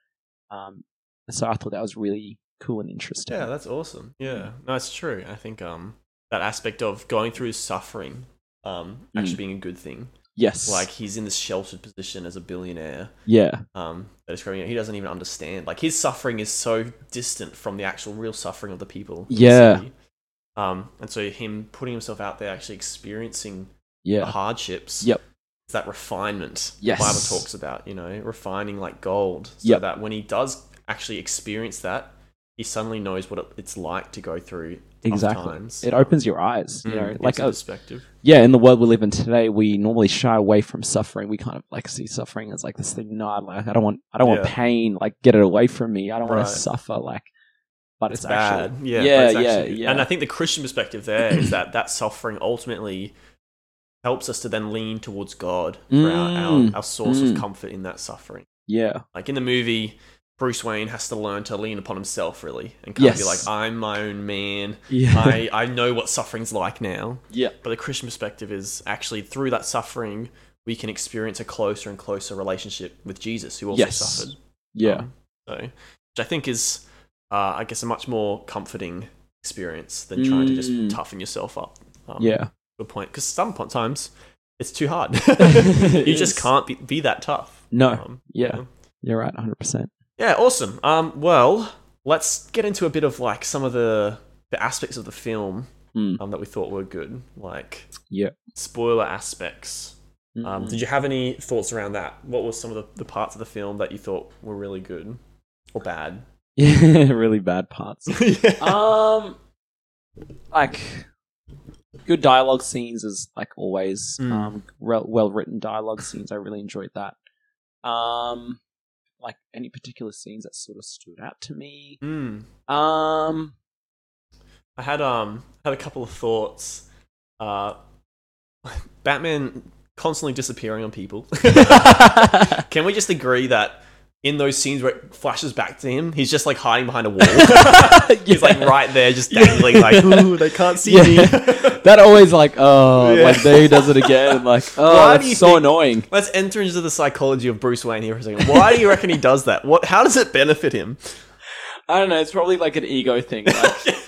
B: Um, so, I thought that was really cool and interesting.
A: Yeah, that's awesome. Yeah, no, it's true. I think um, that aspect of going through suffering um, actually
B: Mm.
A: being a good thing.
B: yes.
A: Like he's in this sheltered position as a billionaire.
B: yeah.
A: Um, that is describing it. He doesn't even understand. Like his suffering is so distant from the actual real suffering of the people. in the
B: Yeah.
A: city. Um, and so him putting himself out there, actually experiencing the
B: Yeah.
A: hardships.
B: Yep.
A: It's that refinement
B: Yes.
A: the Bible talks about, you know, refining like gold. So
B: Yep.
A: that when he does actually experience that, he suddenly knows what it- it's like to go through tough
B: Exactly.
A: times.
B: It opens your eyes, you
A: Mm,
B: know,
A: gives
B: like
A: you
B: a,
A: perspective.
B: yeah, in the world we live in today, we normally shy away from suffering. We kind of like see suffering as like this thing. No, I like I don't want, I don't want
A: Yeah.
B: pain. Like get it away from me. I don't
A: Right.
B: want to suffer. Like, but it's,
A: It's bad.
B: actually
A: yeah.
B: yeah,
A: but it's
B: yeah,
A: actually-
B: yeah.
A: And I think the Christian perspective there is that that suffering ultimately helps us to then lean towards God for our,
B: Mm,
A: our, our source
B: mm.
A: of comfort in that suffering.
B: yeah,
A: Like in the movie, Bruce Wayne has to learn to lean upon himself really and kind of be
B: Yes.
A: like, I'm my own man.
B: yeah,
A: I, I know what suffering's like now.
B: yeah,
A: But the Christian perspective is actually through that suffering, we can experience a closer and closer relationship with Jesus, who also
B: Yes.
A: suffered.
B: yeah,
A: Um, so, which I think is, uh, I guess, a much more comforting experience than trying to
B: Mm.
A: just toughen yourself up. Um,
B: yeah.
A: Good point. Because sometimes it's too hard. you
B: It
A: just
B: is.
A: can't be, be that tough.
B: No,
A: Um,
B: yeah.
A: yeah.
B: You're right, hundred percent.
A: yeah, awesome. Um, well, let's get into a bit of like some of the the aspects of the film
B: Mm.
A: um, that we thought were good, like
B: Yeah.
A: spoiler aspects. Um,
B: Mm.
A: Did you have any thoughts around that? What were some of the, the parts of the film that you thought were really good or bad?
B: Yeah, really bad parts.
A: yeah.
B: um, like good dialogue scenes is like always.
A: Mm.
B: Um, re- well written dialogue scenes. I really enjoyed that. Um, like any particular scenes that sort of stood out to me.
A: Mm.
B: Um,
A: I had um had a couple of thoughts. Uh, Batman constantly disappearing on people. Can we just agree that in those scenes where it flashes back to him, he's just like hiding behind a wall? He's like right there, just dangling, like, ooh, they can't see me.
B: that always like oh
A: Yeah.
B: like there he does it again like oh
A: Why do you
B: that's so
A: think-
B: annoying.
A: Let's enter into the psychology of Bruce Wayne here for a second. Why do you reckon he does that? What? How does it benefit him?
B: I don't know. It's probably like an ego thing.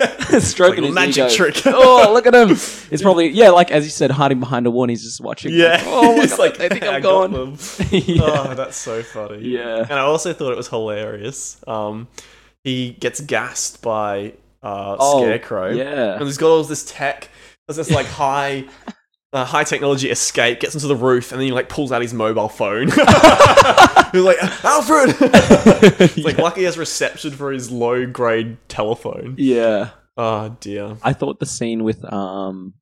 B: Like, stroking
A: Like
B: his
A: magic
B: ego.
A: trick.
B: oh, look at him! It's probably yeah, like as you said, hiding behind a wall. and He's just watching.
A: Yeah.
B: Like, oh my
A: He's
B: god!
A: like,
B: they think
A: "Hey, I
B: I'm
A: got
B: gone.
A: them."
B: yeah.
A: Oh, that's so funny.
B: Yeah.
A: And I also thought it was hilarious. Um, he gets gassed by uh,
B: Oh,
A: Scarecrow. And
B: Yeah.
A: he's got all this tech. There's this like high. Uh, high technology escape gets into the roof and then he like pulls out his mobile phone. he's like, Alfred! it's like, lucky he has reception for his low grade telephone.
B: Yeah.
A: Oh dear.
B: I thought the scene with um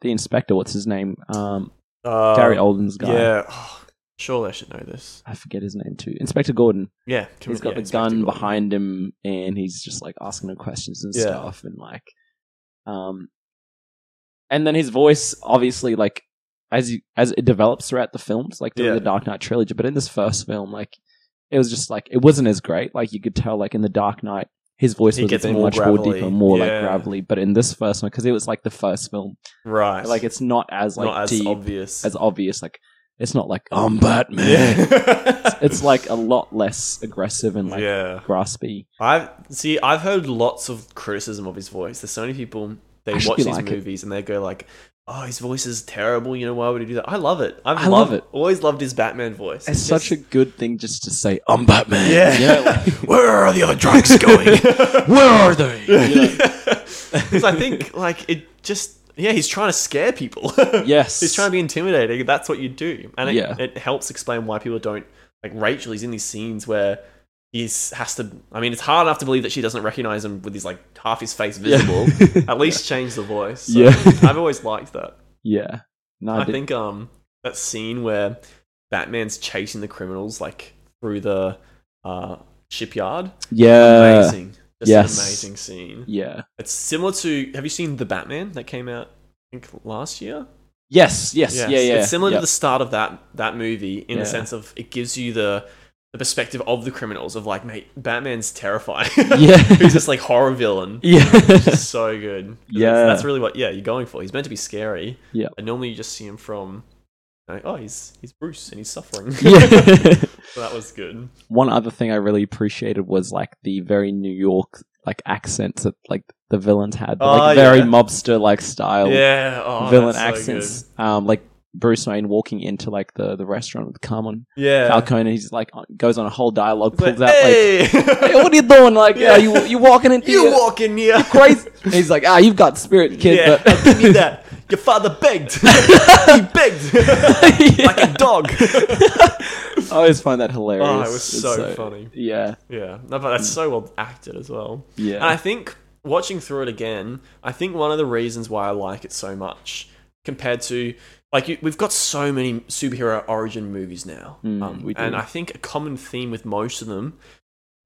B: the inspector, what's his name, um
A: Uh,
B: Gary Oldman's guy.
A: Yeah. Oh, surely I should know this.
B: I forget his name too. Inspector Gordon.
A: Yeah.
B: He's got the gun behind him, and he's just like asking him questions and
A: Yeah.
B: stuff, and like, um, and then his voice, obviously, like as you, as it develops throughout the films, like during
A: Yeah.
B: the Dark Knight trilogy, but in this first film, like it was just like it wasn't as great. Like you could tell, like in the Dark Knight, his voice
A: It
B: was a
A: gets
B: bit
A: more
B: much more
A: gravelly.
B: deeper, more like
A: Yeah.
B: gravelly. But in this first one, because it was like the first film,
A: Right.
B: like it's not as like
A: not as
B: deep,
A: obvious.
B: as obvious. Like It's not like I'm Batman. it's, it's like a lot less aggressive and like
A: Yeah.
B: graspy.
A: I've see. I've heard lots of criticism of his voice. There's so many people they
B: Actually
A: watch these
B: like it.
A: movies and they go like, "Oh, his voice is terrible." You know why would he do that? I love it. I've
B: I love
A: loved-
B: it.
A: Always loved his Batman voice.
B: It's such a good thing just to say I'm Batman.
A: Yeah.
B: You know, like-
A: Where are the other drugs going?
B: Where are they? You know?
A: Because I think like it just yeah he's trying to scare people.
B: Yes.
A: he's trying to be intimidating. That's what you do, and it,
B: Yeah.
A: it helps explain why people don't like Rachel. He's in these scenes where he's has to. I mean, it's hard enough to believe that she doesn't recognize him with his like half his face visible. At least change the voice. So
B: Yeah.
A: I've always liked that.
B: yeah. No,
A: I,
B: I, did-
A: think um that scene where Batman's chasing the criminals like through the uh shipyard.
B: Yeah.
A: amazing. Just
B: Uh, yes.
A: an amazing scene.
B: Yeah.
A: It's similar to. Have you seen the Batman that came out? I think last year.
B: Yes. Yes. Yeah. Yeah.
A: It's similar
B: Yep.
A: to the start of that that movie in
B: Yeah.
A: the sense of it gives you the the perspective of the criminals of like, mate, Batman's terrifying.
B: Yeah.
A: Who's this like horror villain?
B: yeah.
A: It's so good. 'Cause
B: Yeah.
A: that's, that's really what yeah you're going for. He's meant to be scary.
B: Yeah.
A: and normally you just see him from. Like, oh, he's he's Bruce and he's suffering.
B: yeah.
A: so that was good.
B: One other thing I really appreciated was like the very New York like accents that like the villains had, but, like
A: Oh,
B: very
A: yeah.
B: mobster like style
A: Yeah, oh,
B: villain
A: that's so
B: accents. um, like Bruce Wayne walking into like the, the restaurant with Carmen
A: good. Yeah,
B: Falcone, he's like on- goes on a whole dialogue,
A: It's like,
B: pulls out like,
A: hey,
B: "Hey, what are you doing? Like,
A: Yeah.
B: yeah, you you walking into
A: you
B: your-
A: walk in here.
B: crazy?" And he's like, "Ah, you've got spirit, kid."
A: Yeah,
B: But
A: I'll give you that. Your father begged. he begged like a dog.
B: I always find that hilarious.
A: Oh, it was
B: It's
A: so funny.
B: Yeah,
A: Yeah, no, but that's so well acted as well.
B: Yeah.
A: and I think watching through it again, I think one of the reasons why I like it so much compared to like you, we've got so many superhero origin movies now, um,
B: Hmm, we
A: and
B: do.
A: I think a common theme with most of them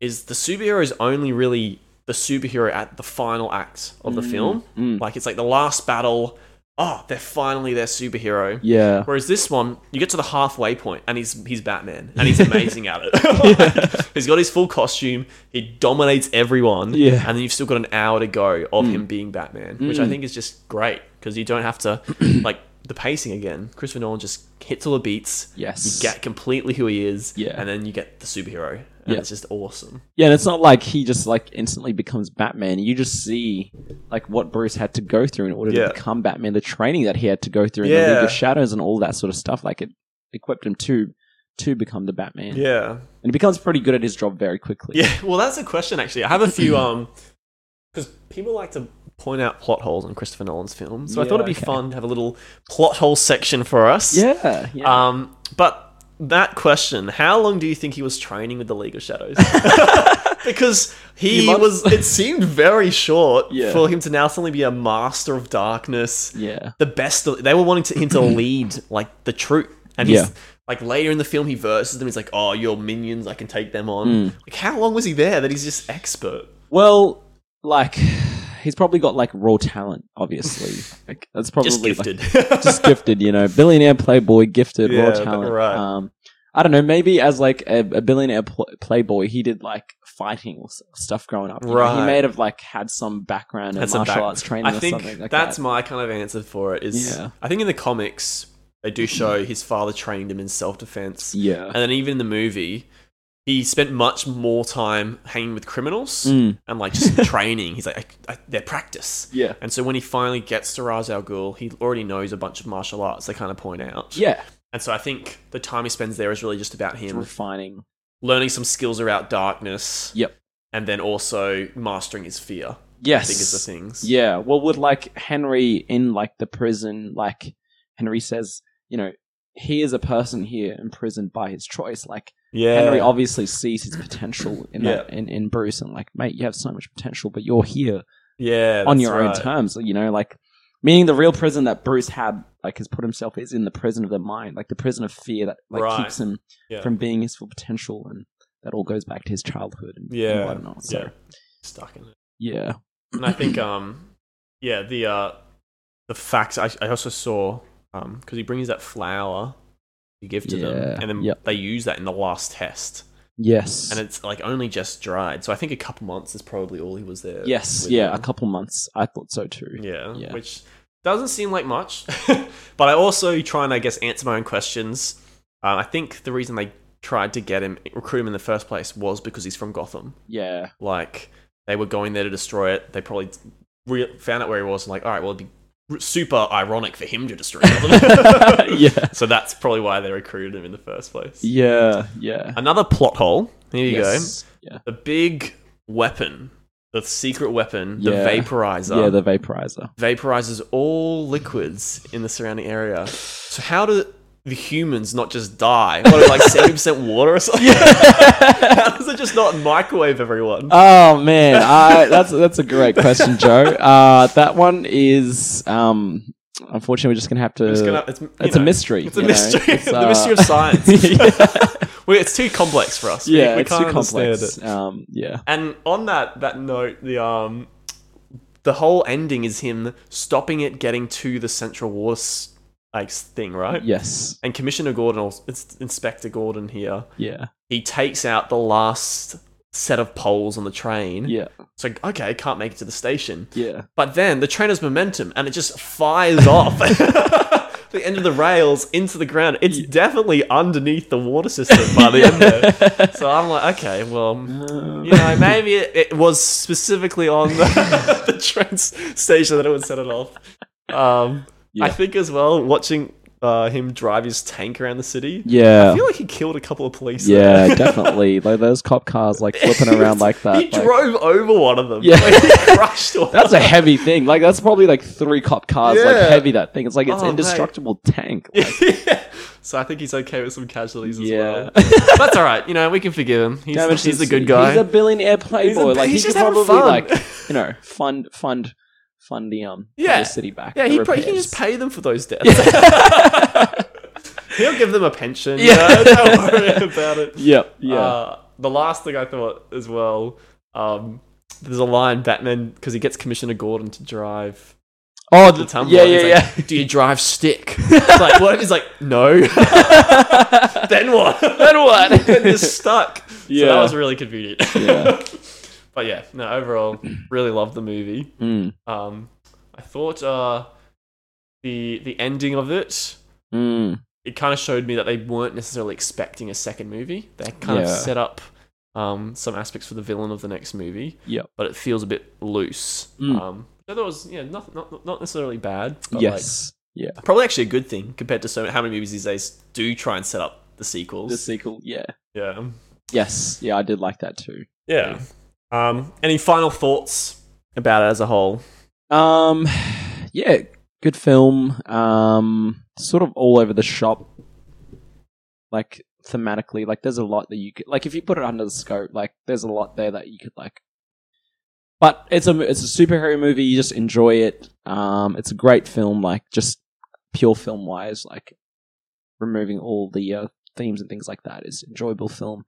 A: is the superhero is only really the superhero at the final act of the
B: Hmm,
A: film. Like it's like the last battle. Oh, they're finally their superhero.
B: yeah,
A: Whereas this one, you get to the halfway point, and he's he's Batman, and he's amazing at it. Like, he's got his full costume. He dominates everyone.
B: Yeah. Mm.
A: and then you've still got an hour to go of him being Batman, which I think is just great because you don't have to like the pacing again. Christopher Nolan just hits all the beats.
B: Yes.
A: you get completely who he is.
B: Yeah.
A: and then you get the superhero. And
B: Yeah.
A: it's just awesome.
B: yeah. And it's not like he just like instantly becomes Batman. You just see like what Bruce had to go through in order
A: Yeah.
B: to become Batman, the training that he had to go through, in the League
A: Yeah.
B: of Shadows, and all that sort of stuff. Like it equipped him to to become the Batman,
A: Yeah,
B: and he becomes pretty good at his job very quickly.
A: yeah. Well, that's a question actually. I have a few um because people like to point out plot holes in Christopher Nolan's films, so I thought
B: Yeah,
A: it'd be
B: okay.
A: fun to have a little plot hole section for us.
B: yeah. yeah.
A: Um, but that question, how long do you think he was training with the League of Shadows? because he
B: Few months?
A: was, it seemed very short
B: Yeah.
A: for him to now suddenly be a master of darkness.
B: yeah.
A: The best, of- they were wanting to, him to lead like the troop, and he's
B: Yeah.
A: like later in the film he verses them. He's like, "Oh, your minions, I can take them on."
B: Mm.
A: Like, how long was he there that he's just expert?
B: Well, like he's probably got like raw talent, obviously. Like that's probably
A: Just
B: like,
A: gifted.
B: just gifted, you know, billionaire playboy, gifted,
A: Yeah,
B: raw talent.
A: right.
B: Um, I don't know. Maybe as like a, a billionaire pl- playboy, he did like fighting or s- stuff growing up. you know?
A: Right.
B: He may have like had some background in
A: Had some
B: martial
A: back-
B: arts training
A: I
B: or
A: think
B: something like
A: that's
B: that.
A: my kind of answer for it. Is
B: Yeah.
A: I think in the comics they do show his father trained him in self defense,
B: yeah.
A: and then even in the movie, he spent much more time hanging with criminals
B: Mm.
A: and like just training. He's like I, I, their practice,
B: Yeah.
A: and so when he finally gets to Ra's al Ghul, he already knows a bunch of martial arts. They kind of point out,
B: Yeah.
A: and so I think the time he spends there is really just about
B: It's
A: him
B: refining.
A: learning some skills around darkness.
B: Yep.
A: And then also mastering his fear, I
B: Yes.
A: think is the things.
B: Yeah. Well, would like Henry in like the prison, like Henry says, you know, he is a person here imprisoned by his choice. Like
A: yeah.
B: Henry obviously sees his potential in that, in, in Bruce and like, mate, you have so much potential, but you're here
A: Yeah,
B: on
A: that's
B: your own
A: right.
B: terms. You know, like meaning the real prison that Bruce had, like has put himself is in the prison of the mind, like the prison of fear that like
A: Right.
B: keeps him
A: Yeah.
B: from being his full potential and that all goes back to his childhood and, and
A: Yeah.
B: whatnot. So
A: Yeah. Stuck in it.
B: yeah.
A: And I think, um, yeah, the uh, the facts I, I also saw because he brings that flower to give to
B: Yeah.
A: them, and then
B: Yep.
A: they use that in the last test,
B: Yes.
A: and it's like only just dried. So I think a couple months is probably all he was there.
B: yes,
A: with
B: yeah, a
A: them.
B: couple months. I thought so too.
A: yeah,
B: Yeah.
A: which doesn't seem like much, but I also try and I guess answer my own questions. Uh, I think the reason they tried to get him, recruit him in the first place, was because he's from Gotham.
B: Yeah.
A: Like they were going there to destroy it. They probably re- found out where he was and like, all right, well, it'd be r- super ironic for him to destroy Gotham.
B: yeah.
A: so that's probably why they recruited him in the first place.
B: Yeah. Yeah.
A: Another plot hole. Here you
B: Yes. Yeah.
A: go. The big weapon, the secret weapon,
B: Yeah.
A: the vaporizer.
B: Yeah, the vaporizer.
A: vaporizes all liquids in the surrounding area. So how do the humans not just die? What, like seventy percent water or something? how does it just not microwave everyone?
B: Oh man, I, that's that's a great question, Joe. Uh, that one is um, unfortunately we're just gonna have to.
A: It's gonna- it's, you
B: it's a
A: know,
B: mystery.
A: It's a
B: you know.
A: mystery.
B: It's,
A: the
B: uh,
A: mystery of science.
B: yeah,
A: we, it's too complex for us. We-
B: yeah
A: we,
B: it's
A: can't
B: too
A: understand
B: complex.
A: it.
B: Um, yeah,
A: And on that that note, the um, the whole ending is him stopping it getting to the central water s- like thing, right?
B: yes,
A: And Commissioner Gordon, or it's Inspector Gordon here,
B: yeah,
A: he takes out the last set of poles on the train.
B: yeah,
A: So okay, can't make it to the station.
B: yeah,
A: But then the train has momentum and it just fires off the end of the rails into the ground. It's definitely underneath the water system by the end there. So I'm like, okay, well,
B: Um,
A: you know, maybe it, it was specifically on the, the train s- station that it would set it off. Um,
B: Yeah.
A: I think as well, watching uh, him drive his tank around the city. I
B: yeah.
A: feel like he killed a couple of police. there.
B: Yeah, definitely. Like those cop cars, like flipping around like that.
A: He
B: like-
A: drove over one of them.
B: Yeah.
A: Like, he crushed one.
B: that's a heavy thing. Like that's probably like three cop cars, like
A: Yeah.
B: heavy. That thing. It's like it's
A: Oh, mate.
B: indestructible tank. Like,
A: Yeah. So I think he's okay with some casualties as
B: Yeah.
A: well. But that's all right. You know, we can forgive him. He's,
B: damage
A: he's
B: to
A: a
B: the
A: good
B: city.
A: guy.
B: He's a billionaire playboy.
A: He's a-
B: like
A: he's
B: he could
A: just having
B: probably
A: fun.
B: like you know fund fund fund the um fund
A: Yeah.
B: the city back.
A: yeah,
B: the
A: he, probably he can
B: repairs.
A: just pay them for those deaths. He'll give them a pension. Yeah. don't worry about it.
B: Yep. Yeah.
A: Uh, the last thing I thought as well, um, there's a line Batman because he gets Commissioner Gordon to drive
B: oh,
A: the tumbler.
B: Yeah,
A: and
B: yeah,
A: he's
B: yeah.
A: like, Do you drive stick? it's like what? He's like, no. then what? Then what? then you're stuck. So
B: Yeah.
A: that was really convenient.
B: Yeah.
A: but yeah, no. Overall, really loved the movie.
B: Mm,
A: Um, I thought uh, the the ending of it
B: mm,
A: it kind of showed me that they weren't necessarily expecting a second movie. They kind of
B: Yeah.
A: set up um, some aspects for the villain of the next movie.
B: Yep.
A: But it feels a bit loose.
B: Mm.
A: Um, so that was yeah, not not not necessarily bad. But like,
B: yes. yeah.
A: probably actually a good thing compared to so many, how many movies these days do try and set up the sequels.
B: The sequel. Yeah.
A: yeah.
B: Yes. Yeah, I did like that too.
A: Yeah. Um, any final thoughts about it as a whole?
B: Um, yeah, good film. Um, sort of all over the shop. Like thematically, like there's a lot that you could like if you put it under the scope, like there's a lot there that you could like. But it's a it's a superhero movie. You just enjoy it. Um, it's a great film. Like just pure film wise, like removing all the uh, themes and things like that. It's an enjoyable film.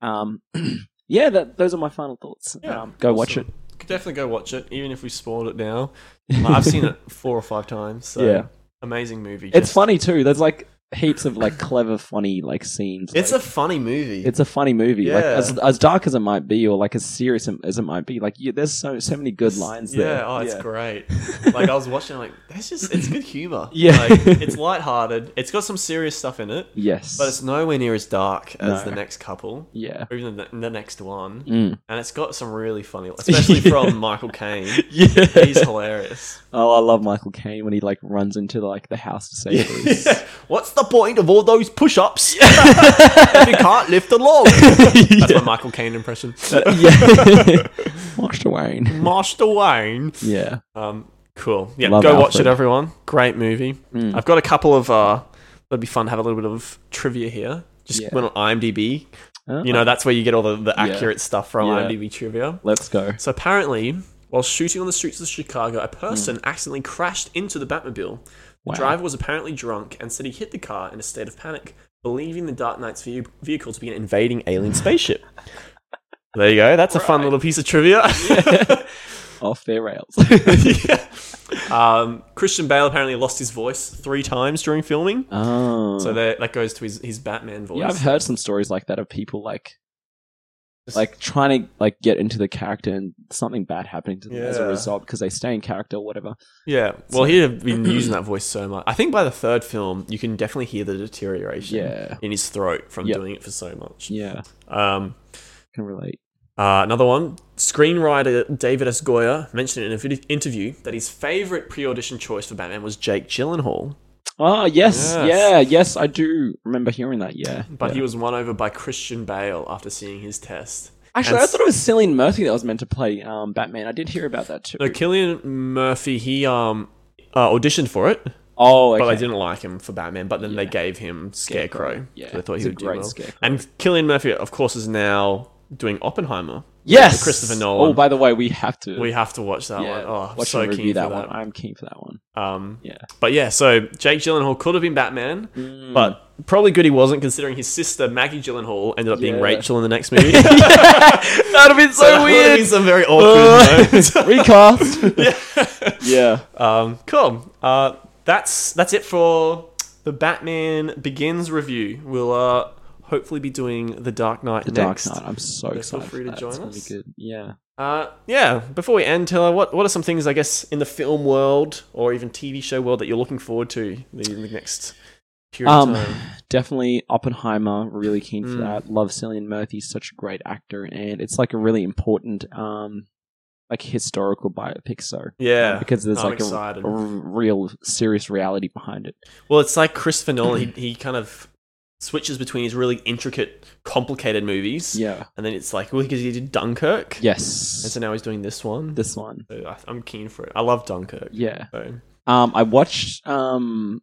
B: Um, yeah, that, those are my final thoughts.
A: Yeah,
B: um, go watch it.
A: awesome. Could definitely go watch it, even if we spoiled it now. I've seen it four or five times. So
B: Yeah.
A: amazing movie.
B: It's
A: just-
B: funny too. There's like heaps of like clever, funny like scenes.
A: It's
B: like,
A: a funny movie.
B: it's a funny movie. Like
A: Yeah.
B: as as dark as it might be, or like as serious as it might be, like you, there's so so many good lines
A: yeah,
B: there.
A: oh, it's
B: yeah.
A: great. Like I was watching, I'm like that's just it's good humor.
B: Yeah.
A: like, it's lighthearted. It's got some serious stuff in it,
B: Yes,
A: but it's nowhere near as dark as
B: No.
A: the next couple,
B: yeah,
A: or even the, the next one.
B: Mm.
A: And it's got some really funny, especially
B: Yeah.
A: from Michael Caine. He's
B: yeah.
A: hilarious.
B: Oh, I love Michael Caine when he like runs into like the house to save Bruce.
A: What's the point of all those push-ups if you can't lift a log? That's my Michael Caine impression.
B: yeah, Master Wayne.
A: Master Wayne.
B: Yeah,
A: Um, cool. Yeah,
B: Love
A: go watch
B: Alfred.
A: it, everyone. Great movie.
B: Mm.
A: I've got a couple of. Uh, that'd be fun to have a little bit of trivia here. Just
B: Yeah.
A: went on IMDb.
B: Oh.
A: You know, that's where you get all the, the
B: Yeah.
A: accurate stuff from
B: Yeah.
A: IMDb trivia.
B: let's go.
A: So apparently, while shooting on the streets of Chicago, a person accidentally crashed into the Batmobile. The
B: Mm. Wow.
A: driver was apparently drunk and said he hit the car in a state of panic, believing the Dark Knight's ve- vehicle to be an invading alien spaceship. there you go. That's a fun little piece of trivia.
B: Off their rails.
A: yeah. um, Christian Bale apparently lost his voice three times during filming,
B: oh,
A: so that that goes to his, his Batman voice.
B: yeah, I've heard some stories like that of people like like trying to like get into the character and something bad happening to them as a
A: Yeah.
B: result because they stay in character or whatever.
A: Yeah. Well, he had been using that voice so much. I think by the third film, you can definitely hear the deterioration
B: Yeah.
A: in his throat from
B: Yep.
A: doing it for so much.
B: Yeah,
A: Um,
B: can relate.
A: uh, another one. Screenwriter David S. Goyer mentioned in an vid- interview that his favorite pre-audition choice for Batman was Jake Gyllenhaal,
B: Oh yes,
A: Yes.
B: yeah, yes, I do remember hearing that. Yeah,
A: but
B: yeah.
A: he was won over by Christian Bale after seeing his test.
B: actually, I
A: and-
B: thought it was Cillian Murphy that was meant to play um, Batman. I did hear about that too.
A: No, Killian Murphy. He um uh, auditioned for it,
B: oh, okay.
A: but they didn't like him for Batman. But then they gave him Scarecrow.
B: Scarecrow, yeah.
A: so they thought
B: He's
A: he
B: a
A: would do
B: great
A: well.
B: Scarecrow.
A: And Killian Murphy, of course, is now doing Oppenheimer.
B: Yes,
A: Christopher Nolan.
B: Oh, by the way, we have to.
A: We have to watch that
B: yeah,
A: one. Oh, I'm
B: watch
A: so
B: and
A: keen
B: review
A: for
B: that
A: that.
B: one. I'm keen for that one.
A: Um,
B: Yeah.
A: but yeah, so Jake Gyllenhaal could have been Batman,
B: Mm.
A: but probably good he wasn't, considering his sister Maggie Gyllenhaal ended up being
B: Yeah.
A: Rachel in the next movie.
B: That'd have been so Uh.
A: That would've been some very awkward moments.
B: Recast. yeah.
A: Um, cool. Uh, that's that's it for the Batman Begins review. We'll uh, hopefully be doing the Dark Knight
B: The
A: next.
B: Dark Knight. I'm so
A: feel
B: excited.
A: free
B: for
A: to
B: that.
A: join
B: it's gonna
A: us.
B: Be good. Yeah.
A: Uh, yeah. Before we end, Taylor, what what are some things I guess in the film world or even TV show world that you're looking forward to the- in the next period
B: Um,
A: of time?
B: definitely Oppenheimer. Really keen for
A: Mm.
B: that. Love Cillian Murphy. Such a great actor, and it's like a really important, um, like historical biopic. So
A: Yeah,
B: because there's
A: I'm
B: like a, a
A: excited.
B: r- real serious reality behind it.
A: Well, it's like Christopher Nolan. he, he kind of switches between his really intricate, complicated movies,
B: Yeah.
A: and then it's like well, because he did Dunkirk, and
B: Yes.
A: so now he's doing this one.
B: This one.
A: So I, I'm keen for it. I love Dunkirk.
B: Yeah.
A: So.
B: Um, I watched um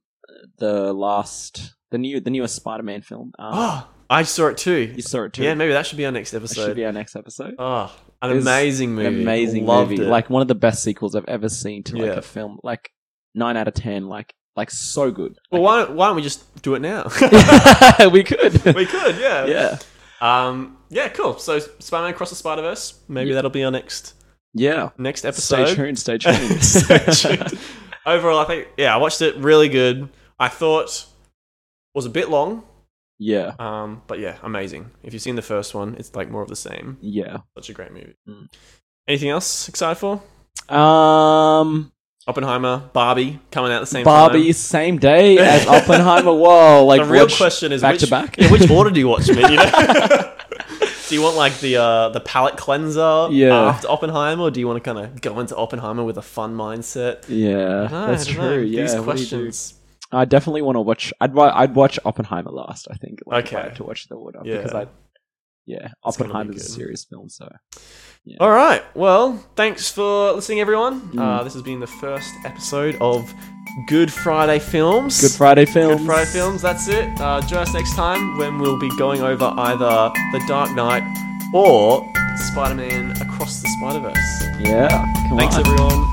B: the last the new the newest Spider Man film. Um,
A: Oh, I saw it too.
B: you saw it too.
A: Yeah, maybe that should be our next
B: That
A: episode.
B: should be our next episode.
A: oh, an
B: It was
A: amazing movie.
B: An amazing
A: Loved
B: movie,
A: It.
B: like one of the best sequels I've ever seen to like
A: Yeah.
B: a film. Like nine out of ten. Like like so good.
A: well, why don't, why don't we just do it now?
B: Like- we could.
A: we could, yeah.
B: yeah.
A: Um. Yeah. Cool. So, Spider-Man across the Spider-Verse. Maybe that'll be our next
B: Yeah.
A: next
B: Stay
A: episode.
B: tuned. Stay tuned.
A: Stay tuned. Overall, I think yeah, I watched it. Really good. I thought it was a bit long.
B: yeah.
A: Um. But yeah, amazing. If you've seen the first one, it's like more of the same.
B: Yeah.
A: Such a great movie.
B: Mm.
A: Anything else excited for?
B: Um.
A: Oppenheimer, Barbie coming out the same
B: Barbie,
A: time.
B: same day as Oppenheimer. Whoa! Like
A: the real
B: watch-
A: question is
B: back
A: which,
B: to back?
A: yeah, which order do you watch them in? You know? do you want like the uh, the palate cleanser
B: Yeah.
A: after Oppenheimer, or do you want to kind of go into Oppenheimer with a fun mindset?
B: Yeah,
A: No, I
B: that's
A: don't
B: true.
A: know.
B: Yeah,
A: these
B: what do you do?
A: questions.
B: I definitely want to watch. I'd wa- I'd watch Oppenheimer last. I think. Like, if I
A: Okay.
B: had to watch the order
A: Yeah.
B: because I. Yeah,
A: gonna be
B: Oppenheimer's a
A: good.
B: serious film, so
A: All right. Well, thanks for listening, everyone.
B: Mm.
A: Uh, this has been the first episode of Good Friday Films.
B: Good Friday films.
A: Good Friday Films. That's it. Uh, join us next time when we'll be going over either The Dark Knight or Spider-Man Across the Spider-Verse.
B: Yeah, come
A: Thanks,
B: on.
A: everyone.